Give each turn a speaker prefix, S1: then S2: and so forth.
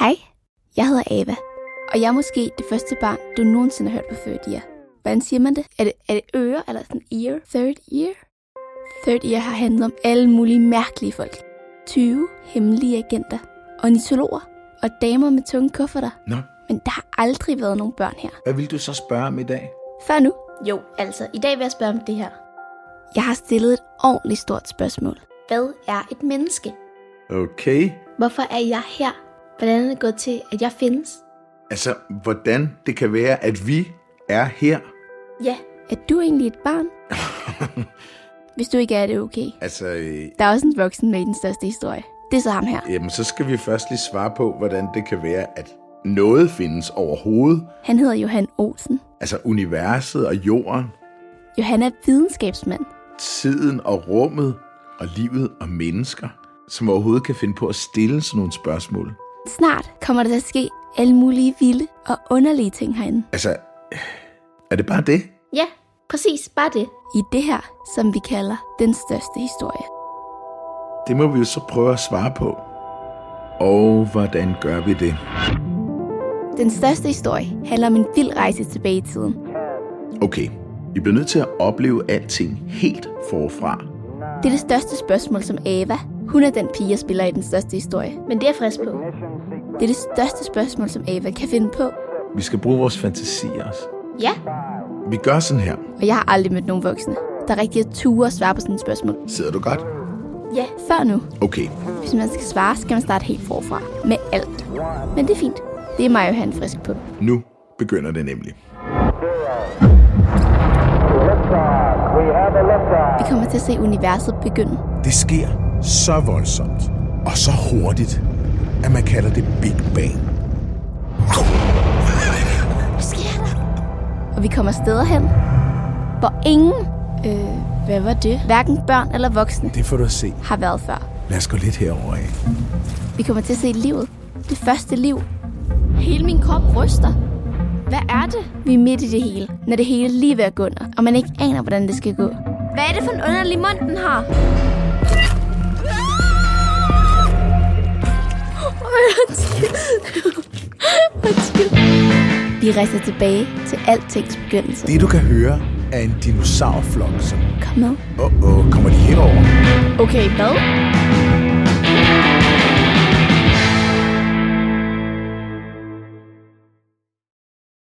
S1: Hej, jeg hedder Ava, og jeg er måske det første barn, du nogensinde har hørt på third year. Hvordan siger man det? Er det, er det øre, eller sådan ear? Third year? Third year har handlet om alle mulige mærkelige folk. 20 hemmelige agenter, ornitologer og damer med tunge kufferter.
S2: Nå,
S1: Men der har aldrig været nogen børn her.
S2: hvad vil du så spørge om i dag?
S1: Før nu.
S3: Jo, altså, i dag vil jeg spørge om det her.
S1: Jeg har stillet et ordentligt stort spørgsmål.
S3: Hvad er et menneske?
S2: Okay.
S3: Hvorfor er jeg her? Hvordan er det gået til, at jeg findes?
S2: Altså, hvordan det kan være, at vi er her?
S3: Ja,
S1: Er du egentlig et barn? Hvis du ikke er, er det okay.
S2: Altså, øh,
S1: Der er også en voksen med i den største historie. Det er så ham her.
S2: jamen, så skal vi først lige svare på, hvordan det kan være, at noget findes overhovedet.
S1: Han hedder Johan Olsen.
S2: Altså, universet og jorden,
S1: Johan er videnskabsmand.
S2: tiden og rummet og livet og mennesker, som overhovedet kan finde på at stille sådan nogle spørgsmål.
S1: Snart kommer der til at ske alle mulige vilde og underlige ting herinde.
S2: Altså, er det bare det?
S3: ja, præcis, bare det.
S1: I det her, som vi kalder den største historie.
S2: Det må vi jo så prøve at svare på. Og hvordan gør vi det?
S1: Den største historie handler om en vild rejse tilbage i tiden.
S2: Okay, vi bliver nødt til at opleve alting helt forfra.
S1: Det er det største spørgsmål som Ava. Hun er den pige, jeg spiller i den største historie.
S3: Men det er jeg frisk på.
S1: Det er det største spørgsmål, som Ava kan finde på.
S2: Vi skal bruge vores fantasi også.
S3: Ja,
S2: Vi gør sådan her.
S1: Og jeg har aldrig mødt nogen voksne, der rigtig er ture at svare på sådan et spørgsmål.
S2: Sidder du godt?
S3: ja,
S1: Før nu,
S2: Okay,
S1: hvis man skal svare, skal man starte helt forfra. Med alt. Men det er fint. Det er mig, Johan frisk på.
S2: nu begynder det nemlig.
S4: Liftoff. We have a liftoff.
S1: Vi kommer til at se universet begynde.
S5: Det sker så voldsomt og så hurtigt, at man kalder det Big Bang.
S1: Og vi kommer steder hen, hvor ingen, øh, hvad var det? Hverken børn eller voksne
S5: Det får du at se.
S1: har været før.
S5: Lad os gå lidt herover af.
S1: Vi kommer til at se livet. Det første liv. Hele min krop ryster. Hvad er det? Vi er midt i det hele, når det hele lige er ved at gå under, og man ikke aner, hvordan det skal gå. Hvad er det for en underlig mund, den har? Vi rejser tilbage til altings begyndelse.
S5: Det du kan høre er en dinosaurflok, som...
S1: Kom med.
S5: Åh, oh, oh, kommer de herover?
S1: Okay, hvad?